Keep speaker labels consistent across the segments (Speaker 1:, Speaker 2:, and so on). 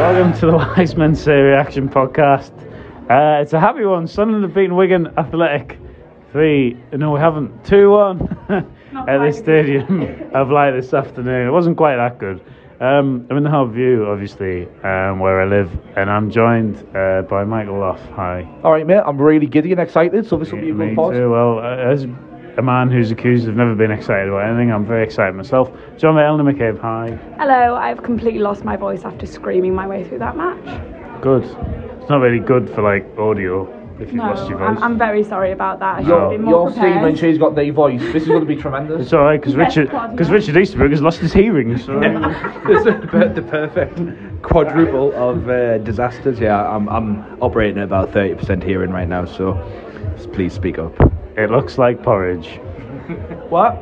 Speaker 1: Welcome to the Wise Men Say Reaction Podcast. Uh, it's a happy one. Sunderland have beaten Wigan Athletic 3. No, we haven't. 2 1 at this stadium of light this afternoon. It wasn't quite that good. Um, I'm in the Hard View, obviously, um, where I live, and I'm joined uh, by Michael Lough. Hi.
Speaker 2: All right, mate. I'm really giddy and excited, so this will be a
Speaker 1: Me
Speaker 2: good pod.
Speaker 1: too. Well, uh, as a man who's accused of never being excited about anything, I'm very excited myself. John Elena McCabe. Hi.
Speaker 3: Hello, I've completely lost my voice after screaming my way through that match.
Speaker 1: Good. It's not really good for like audio if you've
Speaker 3: No,
Speaker 1: lost your voice.
Speaker 3: I'm, I'm very sorry about that. I should have
Speaker 2: Your,
Speaker 3: been
Speaker 2: your
Speaker 3: more
Speaker 2: team and
Speaker 3: prepared.
Speaker 2: she's got the voice. This is going to be tremendous.
Speaker 1: It's all right because
Speaker 3: Yes,
Speaker 1: Richard
Speaker 3: quite
Speaker 1: because
Speaker 3: nice.
Speaker 1: Richard Easterbrook has lost his hearing. So
Speaker 4: It's a per- the perfect quadruple of uh, disasters. Yeah, I'm, I'm operating at about 30% hearing right now, so s- please speak up.
Speaker 1: it looks like porridge.
Speaker 2: What?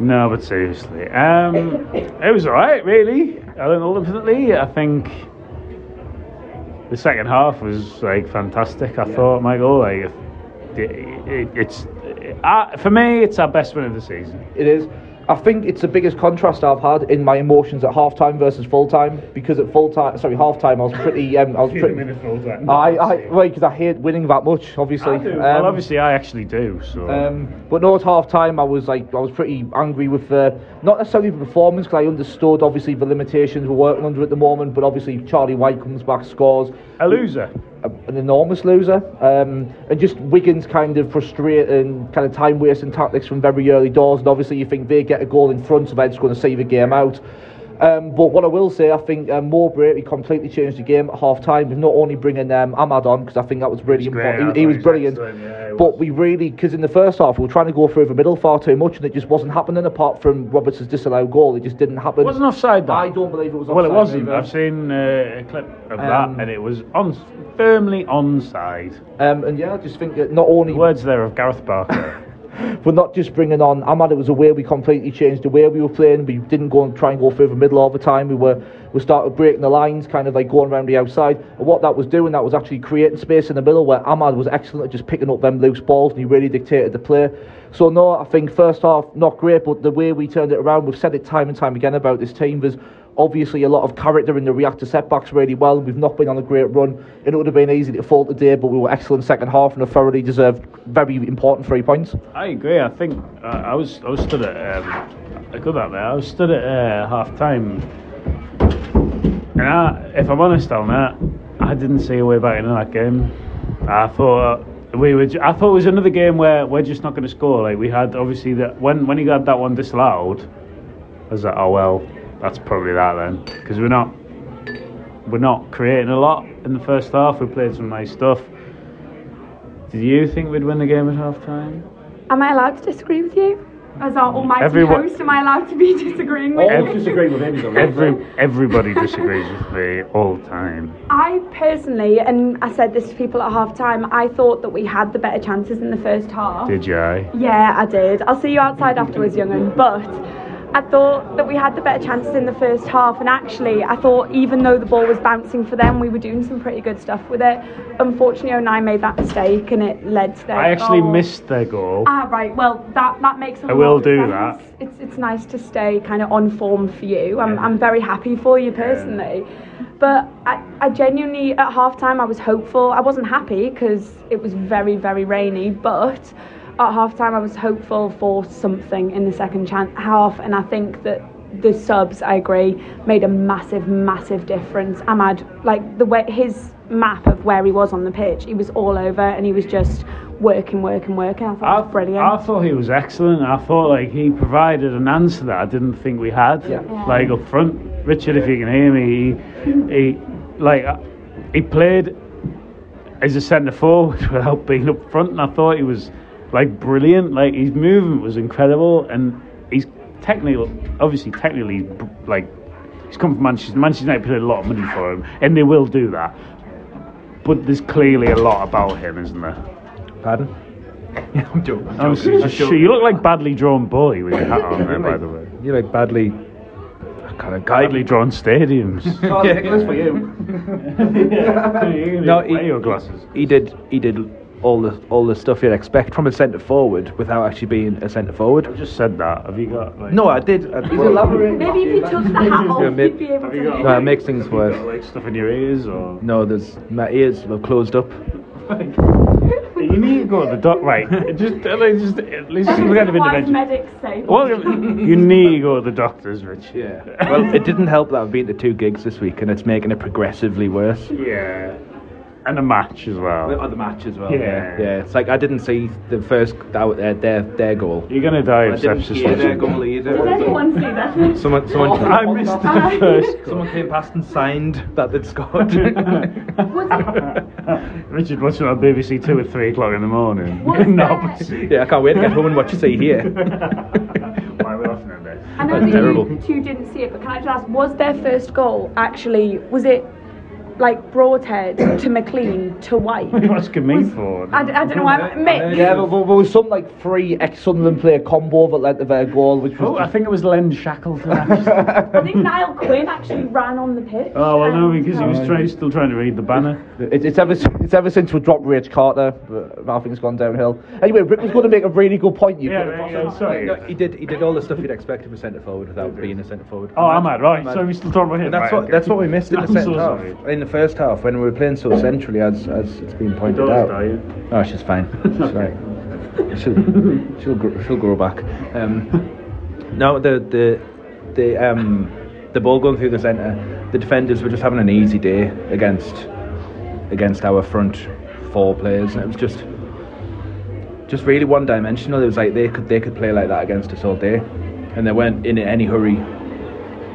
Speaker 1: No, but seriously, um, it was all right, really. And then ultimately, I think the second half was like fantastic. I thought, Michael, like it, it, it's uh, for me, it's our best win of the season.
Speaker 2: It is. I think it's the biggest contrast I've had in my emotions at half time versus full time because at full time, sorry, half time, I was pretty. Um, I was pretty. I, I, right, because I hate winning that much, obviously.
Speaker 1: well,
Speaker 2: Um,
Speaker 1: obviously, I actually do. So
Speaker 2: Um, but no, at half time, I was like, I was pretty angry with the not necessarily the performance because I understood obviously the limitations we're working under at the moment. But obviously, Charlie White comes back, scores,
Speaker 1: a loser.
Speaker 2: a- an enormous loser. Um, and just Wigan's kind of frustrating, kind of time wasting tactics from very early doors. And obviously, you think they get a goal in front, so they're just going to see the game out. Um, but what I will say, I think um, Mowbray he completely changed the game at half time. Not only bringing um, Ahmad on because I think that was really
Speaker 1: great,
Speaker 2: important. He,
Speaker 1: Ahmad
Speaker 2: he was
Speaker 1: was
Speaker 2: brilliant,
Speaker 1: excellent, yeah, he was.
Speaker 2: but we really because in the first half we were trying to go through the middle far too much, and it just wasn't happening. Apart from Robertson's disallowed goal, it just didn't happen.
Speaker 1: Wasn't offside though.
Speaker 2: I don't believe it was.
Speaker 1: Well, it
Speaker 2: offside
Speaker 1: wasn't.
Speaker 2: either.
Speaker 1: I've seen uh, a clip of
Speaker 2: Um,
Speaker 1: that, and it was on firmly onside.
Speaker 2: Um, and yeah, I just think that not only
Speaker 1: Words there of Gareth Barker.
Speaker 2: But not just bringing on Ahmad, it was a way we completely changed the way we were playing. We didn't go and try and go through the middle all the time. We were we started breaking the lines, kind of like going around the outside. And what that was doing, that was actually creating space in the middle where Ahmad was excellent at just picking up them loose balls and he really dictated the play. So no, I think first half not great, but the way we turned it around, we've said it time and time again about this team. There's obviously a lot of character in the react to setbacks really well. We've not been on a great run. It would have been easy to fall today, but we were excellent second half and a thoroughly deserved very important three points.
Speaker 1: I agree. I think uh, I was I was stood at um, I go back there. I was stood at uh, half time, and I, if I'm honest on that, I didn't see a way back into that game. I thought uh, we were. ju- I thought it was another game where we're just not going to score. Like we had obviously that when when he got that one disallowed, I was like, oh well, that's probably that then because we're not we're not creating a lot in the first half. We played some nice stuff. Did you think we'd win the game at half time?
Speaker 3: Am I allowed to disagree with you? As our almighty
Speaker 1: Everyone-
Speaker 3: host, am I allowed to be disagreeing with
Speaker 1: Every-
Speaker 3: you?
Speaker 2: disagree with him.
Speaker 1: Every everybody disagrees with me all the time.
Speaker 3: I personally, and I said this to people at half time, I thought that we had the better chances in the first half.
Speaker 1: Did you? I?
Speaker 3: Yeah, I did. I'll see you outside afterwards, young'un. But I thought that we had the better chances in the first half, and actually, I thought even though the ball was bouncing for them, we were doing some pretty good stuff with it. Unfortunately, 09 made that mistake, and it led to their
Speaker 1: I actually
Speaker 3: goal.
Speaker 1: missed their goal.
Speaker 3: Ah, right. Well, that that makes. a lot
Speaker 1: will
Speaker 3: of
Speaker 1: do
Speaker 3: sense.
Speaker 1: that.
Speaker 3: It's it's nice to stay kind of on form for you. I'm I'm very happy for you personally, but I I genuinely at half time I was hopeful. I wasn't happy because it was very very rainy, but. At half time, I was hopeful for something in the second chan- half, and I think that the subs, I agree, made a massive, massive difference. Ahmad, like the way his map of where he was on the pitch, he was all over and he was just working, working, working. I thought it was brilliant.
Speaker 1: I thought he was excellent. I thought like he provided an answer that I didn't think we had.
Speaker 2: Yeah. Yeah.
Speaker 1: Like up front, Richard, if you can hear me, he, he like uh, he played as a centre forward without being up front, and I thought he was like brilliant. Like his movement was incredible, and he's technical. Obviously, technically, he's br- like he's come from Manchester. Manchester United paid a lot of money for him, and they will do that. But there's clearly a lot about him, isn't there?
Speaker 4: Pardon? I'm joking. I'm
Speaker 1: Oh,
Speaker 4: joking, I'm
Speaker 1: sure.
Speaker 4: joking.
Speaker 1: You look like badly drawn boy with your hat on there, by the way.
Speaker 4: You're like badly. I can't
Speaker 1: Badly drawn stadiums.
Speaker 2: Charlie Nicholas for you.
Speaker 1: no,
Speaker 4: No, he-
Speaker 1: wear your glasses.
Speaker 4: He did. He did all the all the stuff you'd expect from a centre forward without actually being a centre
Speaker 1: I
Speaker 4: forward.
Speaker 1: just said that. Have you got? Like,
Speaker 4: No, I did. I,
Speaker 2: He's elaborating.
Speaker 3: Maybe if you took the hat off,
Speaker 4: Yeah,
Speaker 3: you'd
Speaker 4: maybe-
Speaker 3: be able
Speaker 1: Have
Speaker 3: to.
Speaker 1: you got?
Speaker 4: No, it makes things
Speaker 1: have you
Speaker 4: worse.
Speaker 1: got, like stuff in your ears, or
Speaker 4: No, there's my ears were closed up.
Speaker 1: you need to go to the doc. Right, just at least, just, at least
Speaker 3: Everything
Speaker 1: look at him
Speaker 3: wise
Speaker 1: individually.
Speaker 3: medics say.
Speaker 1: Well, you need to go to the doctors, Rich.
Speaker 4: Yeah. Well, it didn't help that I've been to two gigs this week, and it's making it progressively worse.
Speaker 1: Yeah, and a match as well.
Speaker 4: At the match as well.
Speaker 1: Yeah.
Speaker 4: Yeah. It's like I didn't see the first out their their their goal.
Speaker 1: You're gonna die
Speaker 4: I
Speaker 1: of
Speaker 4: didn't
Speaker 1: sepsis.
Speaker 4: hear their
Speaker 1: Richard.
Speaker 4: goal either.
Speaker 3: Did anyone see that?
Speaker 4: Someone, someone,
Speaker 1: I missed the
Speaker 3: Hi.
Speaker 1: first. goal.
Speaker 4: someone came past and signed that they'd scored.
Speaker 1: Richard watching on BBC two at three o'clock in the morning.
Speaker 3: Was
Speaker 1: no,
Speaker 3: there-
Speaker 1: but see.
Speaker 4: Yeah, I can't wait to get home and watch See Here.
Speaker 1: Why are we laughing at this?
Speaker 3: I know
Speaker 4: That's
Speaker 3: that
Speaker 4: terrible.
Speaker 3: you two didn't see it, but can I just ask, was their first goal actually, was it like Broadhead to McLean to White?
Speaker 1: What are you asking me for?
Speaker 3: I, d- I don't know why, Mick.
Speaker 2: Yeah, but there was some like three ex-Sunderland player combo that led to their goal, which was
Speaker 1: Oh, I think it was Len Shackleton. actually.
Speaker 3: I think Niall Quinn actually ran on the pitch.
Speaker 1: oh well, no,
Speaker 3: and-
Speaker 1: because he was try- still trying to read the banner.
Speaker 2: It, it's ever si- it's ever since we dropped Rich Carter, but I think it's gone downhill. Anyway, Rick was going to make a really good point. You put across.
Speaker 1: sorry.
Speaker 4: No, he did. He did all the stuff you'd expect of a centre forward without being a centre forward.
Speaker 1: Oh, am I right? So we
Speaker 4: And
Speaker 1: still talking about him.
Speaker 4: that's
Speaker 1: right,
Speaker 4: what
Speaker 1: okay.
Speaker 4: that's what we missed in the
Speaker 1: I'm
Speaker 4: second
Speaker 1: so
Speaker 4: half.
Speaker 1: sorry.
Speaker 4: In the first half, when we were playing so centrally, as as it's been pointed
Speaker 1: Doris
Speaker 4: out.
Speaker 1: died.
Speaker 4: No, she's fine. She's right. She'll she'll grow, she'll grow back. Um, no, the the the um the ball going through the centre. The defenders were just having an easy day against against our front four players, and it was just just really one dimensional. It was like they could they could play like that against us all day, and they weren't in any hurry.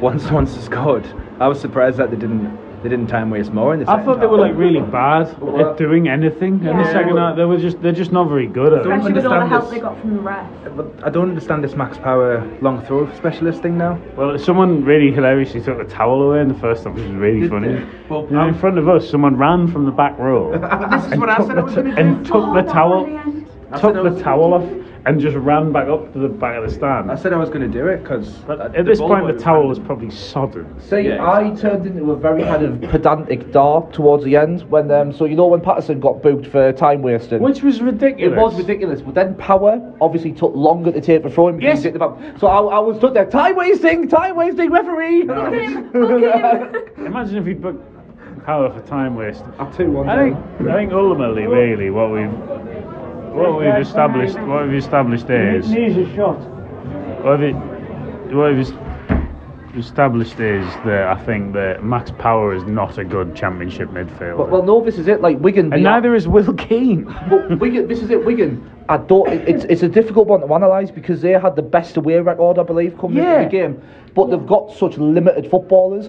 Speaker 4: Once once they scored, I was surprised that they didn't they didn't time waste more in the
Speaker 1: I
Speaker 4: second
Speaker 1: thought they
Speaker 4: half.
Speaker 1: were like really bad at doing anything in the
Speaker 3: Yeah.
Speaker 1: second half. They were just they're just not very good at it.
Speaker 3: Especially with all the
Speaker 4: understand
Speaker 3: help
Speaker 4: this.
Speaker 3: they got from the ref.
Speaker 4: But I don't understand this max power long throw specialist thing now.
Speaker 1: Well, someone really hilariously took the towel away in the first half, which was really funny.
Speaker 4: Well, um,
Speaker 1: And in front of us, someone ran from the back row
Speaker 4: This is what I said I was going
Speaker 1: and took the towel, took
Speaker 4: I
Speaker 1: the
Speaker 4: was-
Speaker 1: towel off, and just ran back up to the back of the stand.
Speaker 4: I said I was going to do it because
Speaker 1: But at this point, the towel is probably sodden.
Speaker 2: See,
Speaker 4: Yeah.
Speaker 2: I turned into a very kind of pedantic dart towards the end when um, so you know when Patterson got booked for time wasting.
Speaker 1: Which was ridiculous.
Speaker 2: it was ridiculous, but then Power obviously took longer to take the throw in. because
Speaker 1: Yes.
Speaker 2: he did the ball. So I, I was stood there, time wasting, time wasting, referee.
Speaker 1: Imagine if he'd booked Power for time waste.
Speaker 2: Two one.
Speaker 1: I think, I think ultimately, really, what we've what we've established, what we've established is,
Speaker 5: Needs a shot.
Speaker 1: what we've, what we've es- established is that I think that Max Power is not a good championship midfielder,
Speaker 2: Well, no, this is it. Like
Speaker 1: and
Speaker 2: Wigan, they are-
Speaker 1: neither is Will Keane.
Speaker 2: But Wigan, this is it, Wigan. I don't. it- It's it's a difficult one to analyse because they had the best away record, I believe, coming
Speaker 1: Yeah.
Speaker 2: into the game. But they've got such limited footballers.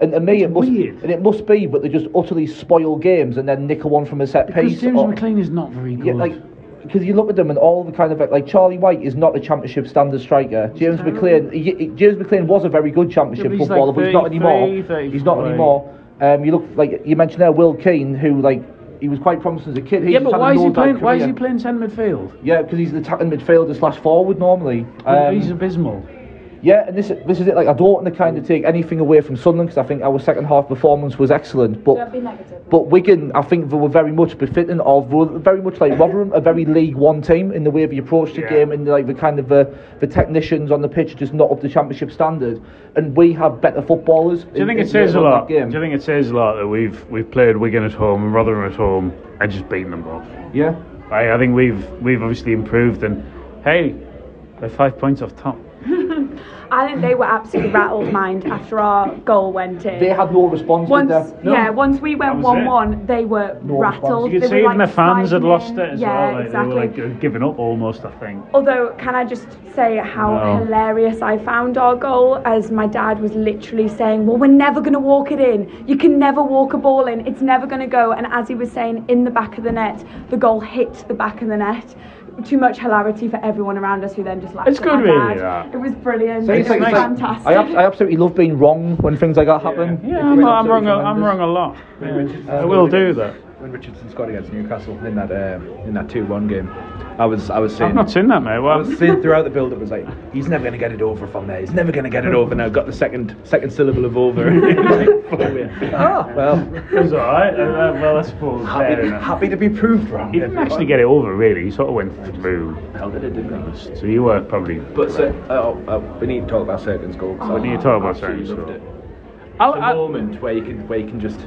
Speaker 2: And to me, it must
Speaker 1: Weird.
Speaker 2: and it must be, but they just utterly spoil games and then nick a one from a set
Speaker 1: Because
Speaker 2: piece.
Speaker 1: James
Speaker 2: or-
Speaker 1: McLean is not very good.
Speaker 2: yeah, like because you look at them and all the kind of like, like Charlie White is not a championship standard striker. James
Speaker 1: terrible.
Speaker 2: McLean, he, he- James McLean was a very good
Speaker 1: Yeah,
Speaker 2: championship
Speaker 1: but he's
Speaker 2: footballer,
Speaker 1: like
Speaker 2: but he's not
Speaker 1: 33,
Speaker 2: anymore. He's not
Speaker 1: 34,
Speaker 2: anymore. Um, you look like you mentioned there, Will Keane, who like he was quite promising as a kid. He's
Speaker 1: yeah,
Speaker 2: had
Speaker 1: but
Speaker 2: an
Speaker 1: why is he
Speaker 2: all-time
Speaker 1: playing? Why is
Speaker 2: career.
Speaker 1: he playing centre midfield?
Speaker 2: Yeah, because he's an attacking midfielder slash forward normally. Um,
Speaker 1: he's abysmal.
Speaker 2: Yeah, and this this is it. Like I don't want to kind of take anything away from Sunderland because I think our second half performance was excellent. But
Speaker 3: Don't be negative.
Speaker 2: but Wigan, I think they were very much befitting of were very much like Rotherham, a very League One team in the way they approached the
Speaker 1: Yeah.
Speaker 2: game and like the kind of the, the technicians on the pitch just not up to Championship standard. And we have better footballers.
Speaker 1: Do you think it says a lot? Do you think it says a lot that we've we've played Wigan at home and Rotherham at home and just beaten them both?
Speaker 2: yeah.
Speaker 1: I, I think we've we've obviously improved and hey, they're five points off top.
Speaker 3: I think they were absolutely rattled, mind, after our goal went in.
Speaker 2: They had no response. did
Speaker 3: once,
Speaker 2: they?
Speaker 1: No.
Speaker 3: yeah, once we went
Speaker 1: was
Speaker 3: one-one, they were
Speaker 2: response.
Speaker 3: rattled.
Speaker 1: You could
Speaker 3: They
Speaker 1: see
Speaker 3: were,
Speaker 1: even
Speaker 3: like,
Speaker 1: the fans had
Speaker 3: sliding
Speaker 1: lost
Speaker 3: in.
Speaker 1: it as
Speaker 3: yeah,
Speaker 1: well. Like,
Speaker 3: exactly.
Speaker 1: They were like giving up almost. I think.
Speaker 3: Although, can I just say how
Speaker 1: No.
Speaker 3: hilarious I found our goal as my dad was literally saying, Well, we're never going to walk it in. You can never walk a ball in. It's never going to go. And as he was saying, in the back of the net, the goal hit the back of the net. Too much hilarity for everyone around us who then just laughed.
Speaker 1: It's
Speaker 3: at
Speaker 1: good,
Speaker 3: my
Speaker 1: really,
Speaker 3: dad.
Speaker 1: that.
Speaker 3: It was brilliant.
Speaker 2: So
Speaker 3: it
Speaker 2: it's
Speaker 3: was
Speaker 2: like- it's like-
Speaker 3: fantastic.
Speaker 2: I, abs- I absolutely love being wrong when things like that happen.
Speaker 1: Yeah,
Speaker 2: It's
Speaker 1: I'm,
Speaker 2: been
Speaker 1: I'm wrong.
Speaker 2: absolutely
Speaker 1: a- I'm
Speaker 2: tremendous.
Speaker 1: wrong a lot.
Speaker 4: Richardson-
Speaker 1: I
Speaker 2: uh,
Speaker 1: will do that.
Speaker 4: When Richardson scored against Newcastle in that um, in that two one game, I was I was saying
Speaker 1: I've not seen that, mate.
Speaker 4: I
Speaker 1: Well,
Speaker 4: was saying throughout the build up was like he's never gonna get it over from there. He's never gonna get it over. Now got the second second syllable of over. ah, well,
Speaker 1: it was alright. Uh, well, I suppose. fair
Speaker 4: happy,
Speaker 1: enough.
Speaker 4: happy to be proved wrong.
Speaker 1: He didn't actually get it over, really. He sort of went through.
Speaker 4: Hell did it, didn't he?
Speaker 1: So you were probably.
Speaker 4: But so, oh, oh, we need to talk about Serkin's goal. 'cause I
Speaker 1: Oh, We need to talk about
Speaker 4: absolutely
Speaker 1: Serkin's
Speaker 4: loved
Speaker 1: goal.
Speaker 4: it.
Speaker 1: I'll-
Speaker 4: It's a
Speaker 1: I-
Speaker 4: moment where you can where you can just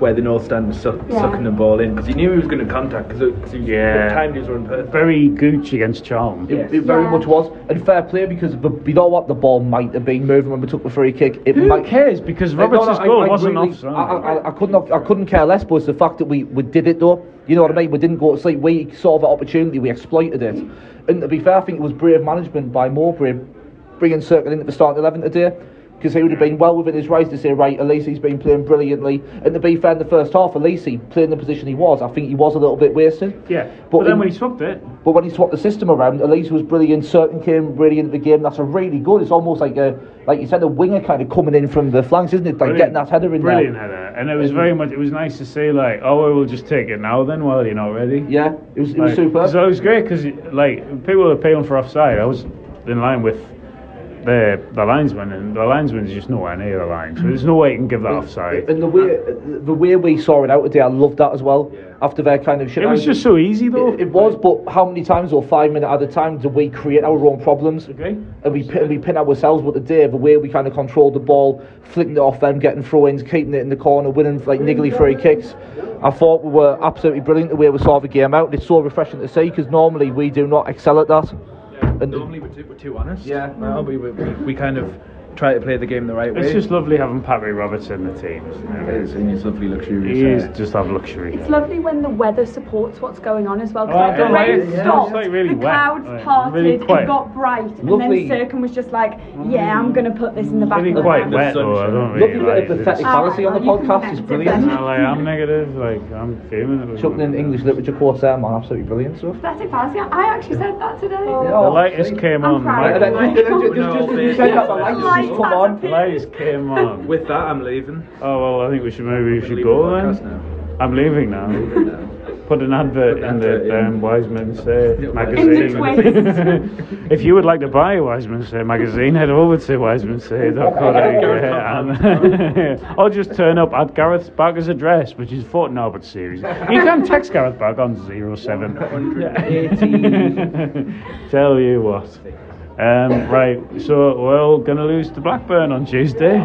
Speaker 4: where the North Stand was suck,
Speaker 3: Yeah.
Speaker 4: sucking the ball in because he knew he was going to contact because he
Speaker 1: Yeah.
Speaker 4: the timed his run perfect.
Speaker 1: very Gooch against Charlton.
Speaker 2: It, it very
Speaker 3: Yeah.
Speaker 2: much was. And fair play because the, you know what, the ball might have been moving when we took the free kick. It
Speaker 1: Who
Speaker 2: might.
Speaker 1: cares? Because
Speaker 2: Like, no, no,
Speaker 1: Robertson's
Speaker 2: I-
Speaker 1: goal
Speaker 2: I
Speaker 1: wasn't
Speaker 2: really-
Speaker 1: offside.
Speaker 2: I, I, I couldn't, I couldn't care less. But it's the fact that we, we did it though. You know what I mean? We didn't go to sleep. We saw the opportunity. We exploited it. And to be fair, I think it was brave management by Mowbray bringing Circle into the starting eleven today. Because he would have been well within his rights to say, right, Elise's been playing brilliantly. And to be fair, in the first half, Elise, playing the position he was, I think he was a little bit wasted.
Speaker 1: yeah, but,
Speaker 2: but
Speaker 1: then
Speaker 2: in-
Speaker 1: when he swapped it,
Speaker 2: But when he swapped the system around, Elise was brilliant. Certain came really into the game. That's a really good. It's almost like a, like you said, a winger kind of coming in from the flanks, isn't it? Like
Speaker 1: Brilliant.
Speaker 2: getting that header in
Speaker 1: brilliant
Speaker 2: there.
Speaker 1: header, and it was very much. It was nice to see, like, oh, well, we'll just take it now. Then, well, you're not ready.
Speaker 2: Yeah, it was it was
Speaker 1: Like,
Speaker 2: superb.
Speaker 1: So it was great because like people were appealing for offside. I was in line with the the linesman, and the linesman's just nowhere near the line, so there's no way you can give that offside.
Speaker 2: and the way the way we saw it out today, I loved that as well. After their kind of shit,
Speaker 1: It was just so easy though.
Speaker 2: It, it was, but how many times or five minute at a time do we create our own problems?
Speaker 1: okay.
Speaker 2: and we pin, we pin ourselves with the day the way we kind of controlled the ball, flicking it off them, getting throw-ins, keeping it in the corner, winning like niggly free kicks. I thought we were absolutely brilliant the way we saw the game out. It's so refreshing to see because normally we do not excel at that. And-
Speaker 4: Normally we're too, we're too honest.
Speaker 2: Yeah.
Speaker 4: No, we, we, we, we kind of try to play the game the right way.
Speaker 1: It's just lovely having Patrick Roberts in the team. Isn't
Speaker 4: It
Speaker 1: it?
Speaker 4: is, and it's lovely luxurious.
Speaker 1: He is
Speaker 4: uh,
Speaker 1: just have luxury.
Speaker 3: It's lovely when the weather supports what's going on as well. 'cause,
Speaker 1: Oh,
Speaker 3: like, the
Speaker 1: yeah,
Speaker 3: rain
Speaker 1: yeah, yeah.
Speaker 3: stopped,
Speaker 1: It's, like, really
Speaker 3: the
Speaker 1: wet,
Speaker 3: clouds
Speaker 1: like,
Speaker 3: parted,
Speaker 1: really
Speaker 3: it
Speaker 1: quite- Mm.
Speaker 3: got bright,
Speaker 2: Lovely.
Speaker 3: and then Serkan was just like, "Yeah, I'm gonna put this in the back
Speaker 1: Really
Speaker 3: of the
Speaker 1: quite
Speaker 3: van."
Speaker 1: wet though. I don't really
Speaker 2: Looking at
Speaker 1: like
Speaker 2: the
Speaker 1: it.
Speaker 2: pathetic
Speaker 3: Ah,
Speaker 2: fantasy on the
Speaker 3: you can
Speaker 2: podcast is
Speaker 3: connect it
Speaker 2: brilliant.
Speaker 3: then.
Speaker 1: No, like, I'm negative. Like I'm fuming. at the
Speaker 2: Chucking in
Speaker 1: moment.
Speaker 2: English literature quotes there, man, absolutely brilliant stuff.
Speaker 3: Pathetic fantasy. I actually said that today.
Speaker 2: Oh.
Speaker 1: The lightest came
Speaker 3: I'm
Speaker 1: on.
Speaker 3: proud
Speaker 2: And
Speaker 3: of
Speaker 2: then-
Speaker 1: Michael.
Speaker 3: you.
Speaker 2: and then ju-
Speaker 4: We're not
Speaker 2: ju-
Speaker 4: all
Speaker 2: ju- you
Speaker 4: bad.
Speaker 2: said that the
Speaker 4: Lights
Speaker 2: lights just come
Speaker 3: has
Speaker 2: on.
Speaker 1: The lightest came on.
Speaker 4: With that, I'm leaving.
Speaker 1: Oh well, I think we should maybe we
Speaker 4: We're
Speaker 1: should
Speaker 4: leaving
Speaker 1: go
Speaker 4: the podcast
Speaker 1: then. I'm leaving now.
Speaker 4: now. No.
Speaker 1: Put an advert in
Speaker 4: Put an advert
Speaker 1: the
Speaker 4: in.
Speaker 1: um, Wise Men Say
Speaker 4: Yeah,
Speaker 1: magazine.
Speaker 3: Wise
Speaker 1: if you would like to buy a Wise Men Say magazine, head over to wisemensay.co.uk and Um, or just turn up at Gareth Barker's address, which is Fort Norbert series. You can text Gareth Barker on 07.
Speaker 4: 180.
Speaker 1: Tell you what. Um, right, so we're going to lose to Blackburn on Tuesday.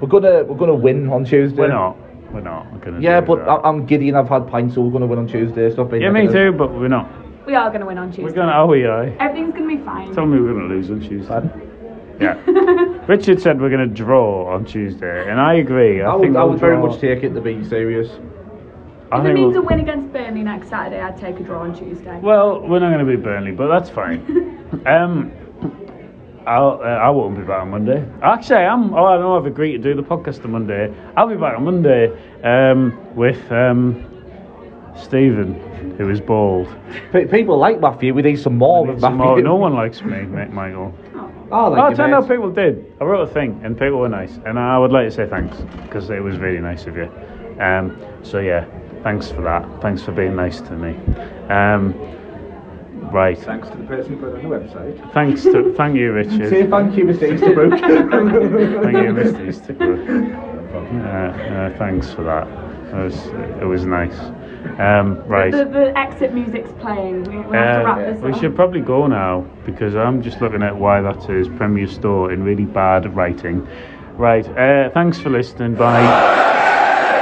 Speaker 2: We're gonna we're gonna win on Tuesday.
Speaker 1: We're not. We're not. We're gonna
Speaker 2: Yeah,
Speaker 1: do
Speaker 2: but
Speaker 1: that.
Speaker 2: I, I'm giddy and I've had pints, so we're gonna win on Tuesday. Stop being.
Speaker 1: yeah, me
Speaker 2: negative.
Speaker 1: too, but we're not.
Speaker 3: We are going to win on Tuesday.
Speaker 1: We're going to. Oh, we are.
Speaker 3: Everything's going to be fine.
Speaker 1: Tell me we're going to lose on Tuesday. Yeah. Richard said we're going to draw on Tuesday, and I agree. I,
Speaker 2: I
Speaker 1: think
Speaker 2: would, I
Speaker 1: we'll
Speaker 2: would very
Speaker 1: draw.
Speaker 2: much take it to be serious.
Speaker 1: I
Speaker 3: if it
Speaker 1: think
Speaker 3: means a
Speaker 1: we'll-
Speaker 3: win against Burnley next Saturday, I'd take a draw on Tuesday.
Speaker 1: Well, we're not going to be Burnley, but that's fine. um, I'll, uh, I won't be back on Monday. Actually, I am. Oh, I know I've agreed to do the podcast on Monday. I'll be back on Monday um, with um, Stephen, who is bald.
Speaker 2: Pe people like Matthew. We need some more.
Speaker 1: Need
Speaker 2: of
Speaker 1: some
Speaker 2: Matthew.
Speaker 1: more. No one likes me, Ma- Michael.
Speaker 2: I like
Speaker 1: Oh,
Speaker 2: you,
Speaker 1: it turned
Speaker 2: mate.
Speaker 1: out people did. I wrote a thing, and people were nice, and I would like to say thanks because it was really nice of you. Um, so yeah, thanks for that. Thanks for being nice to me. Um, right.
Speaker 4: Thanks to the person who put it on the website.
Speaker 1: Thanks to thank you,
Speaker 2: Say
Speaker 1: Richard.
Speaker 2: thank you, Mr. Easterbrook.
Speaker 1: thank you, Mr. Easterbrook. Uh, uh, thanks for that. It was it was nice. Um, right.
Speaker 3: The, the exit music's playing. We, we have to
Speaker 1: Uh,
Speaker 3: wrap this
Speaker 1: we
Speaker 3: up.
Speaker 1: should probably go now because I'm just looking at why that is Premier Store in really bad writing. Right. Uh, thanks for listening. Bye.